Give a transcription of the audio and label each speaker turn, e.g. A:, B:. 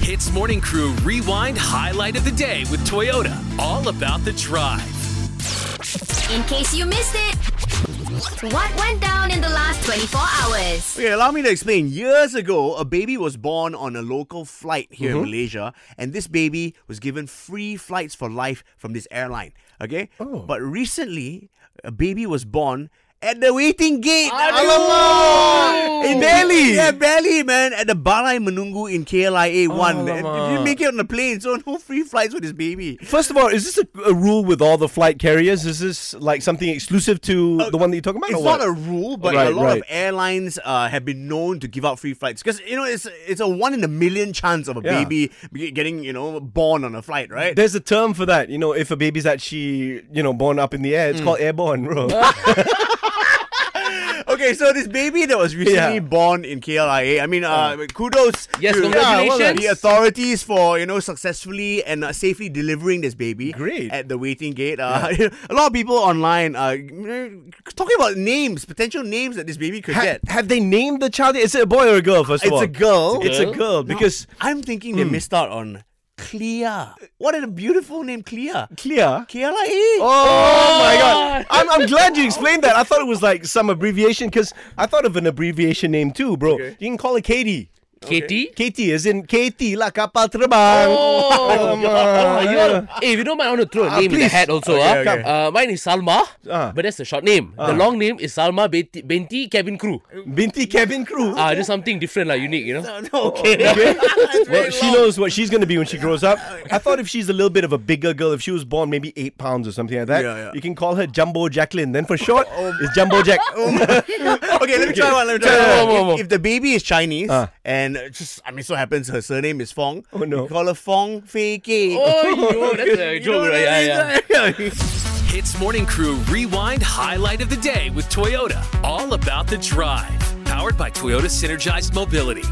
A: Hits Morning Crew Rewind Highlight of the Day with Toyota. All about the drive.
B: In case you missed it, what went down in the last 24 hours?
C: Okay, allow me to explain. Years ago, a baby was born on a local flight here in Malaysia, and this baby was given free flights for life from this airline. Okay? But recently, a baby was born at the waiting gate. Alamak! In Bali. Yeah, Bali, man. At the Balai Menunggu in KLIA 1. And It didn't make it on the plane, so no free flights for this baby.
D: First of all, is this a, a rule with all the flight carriers? Is this like something exclusive to the one that you're talking about?
C: Oh, It's
D: or what?
C: not a rule, but a
D: Right,
C: lot of
D: right.
C: airlines uh, have been known to give out free flights because you know it's it's a one in a million chance of a
D: Yeah.
C: baby be- getting you know born on a flight, right?
D: There's a term for that. You know, if a baby's actually you know born up in the
C: Hmm.
D: air, it's called airborne, bro.
C: okay, so this baby that was recently
D: Yeah. Oh.
C: born in KLIA, I mean, uh, kudos
E: Yes,
C: to
E: congratulations.
C: the authorities for you know successfully and uh, safely delivering this baby.
D: Great.
C: at the waiting gate. Uh, a lot of people online uh, talking about names, potential names that this baby could
D: Ha-
C: get.
D: have they named the child? Is it a boy or a girl? First of
C: It's
D: all,
C: a girl.
D: It's a girl because
C: I'm thinking they missed out on Clea. What a beautiful name, Clea. E.
D: clear.
C: K-L-I-E.
D: Oh, my god! I'm, I'm glad you explained that. I thought it was like some abbreviation because I thought of an abbreviation name too, bro. You can call it Katie.
E: Katie?
D: Katie is in Katie lah kapal terbang.
E: Oh,
D: Alamak.
E: you wanna- hey, if you don't mind, I want to throw a
D: Ah,
E: name in the
D: please.
E: hat also.
D: Okay,
E: ah.
D: okay.
E: Uh, mine is Salma,
D: Ah.
E: but that's the short name. The long name is Salma Binti, Binti Cabin Crew.
D: Binti Kevin Crew.
E: Ah, just something different, like unique, you know?
C: okay.
D: Okay. well,
C: very
D: she
C: long.
D: knows what she's going to be when she grows up. I thought if she's a little bit of a bigger girl, if she was born maybe eight pounds or something like that,
C: Yeah, Oh, yeah.
D: you can call her Jumbo Jacqueline. Then for short, it's Jumbo Jack.
C: okay, let me try one. Let me try
E: Try
C: one.
E: one, one,
C: If, if the baby is Chinese
D: Ah.
C: and uh, just, I mean, so happens her surname is Fong.
D: Oh, no.
C: You call her Fong Fei Ke.
E: Oh, yo, that's a joke, right? Yeah, yeah.
C: yeah.
A: Hits Morning Crew Rewind Highlight of the Day with Toyota. All about the drive. Powered by Toyota Synergized Mobility.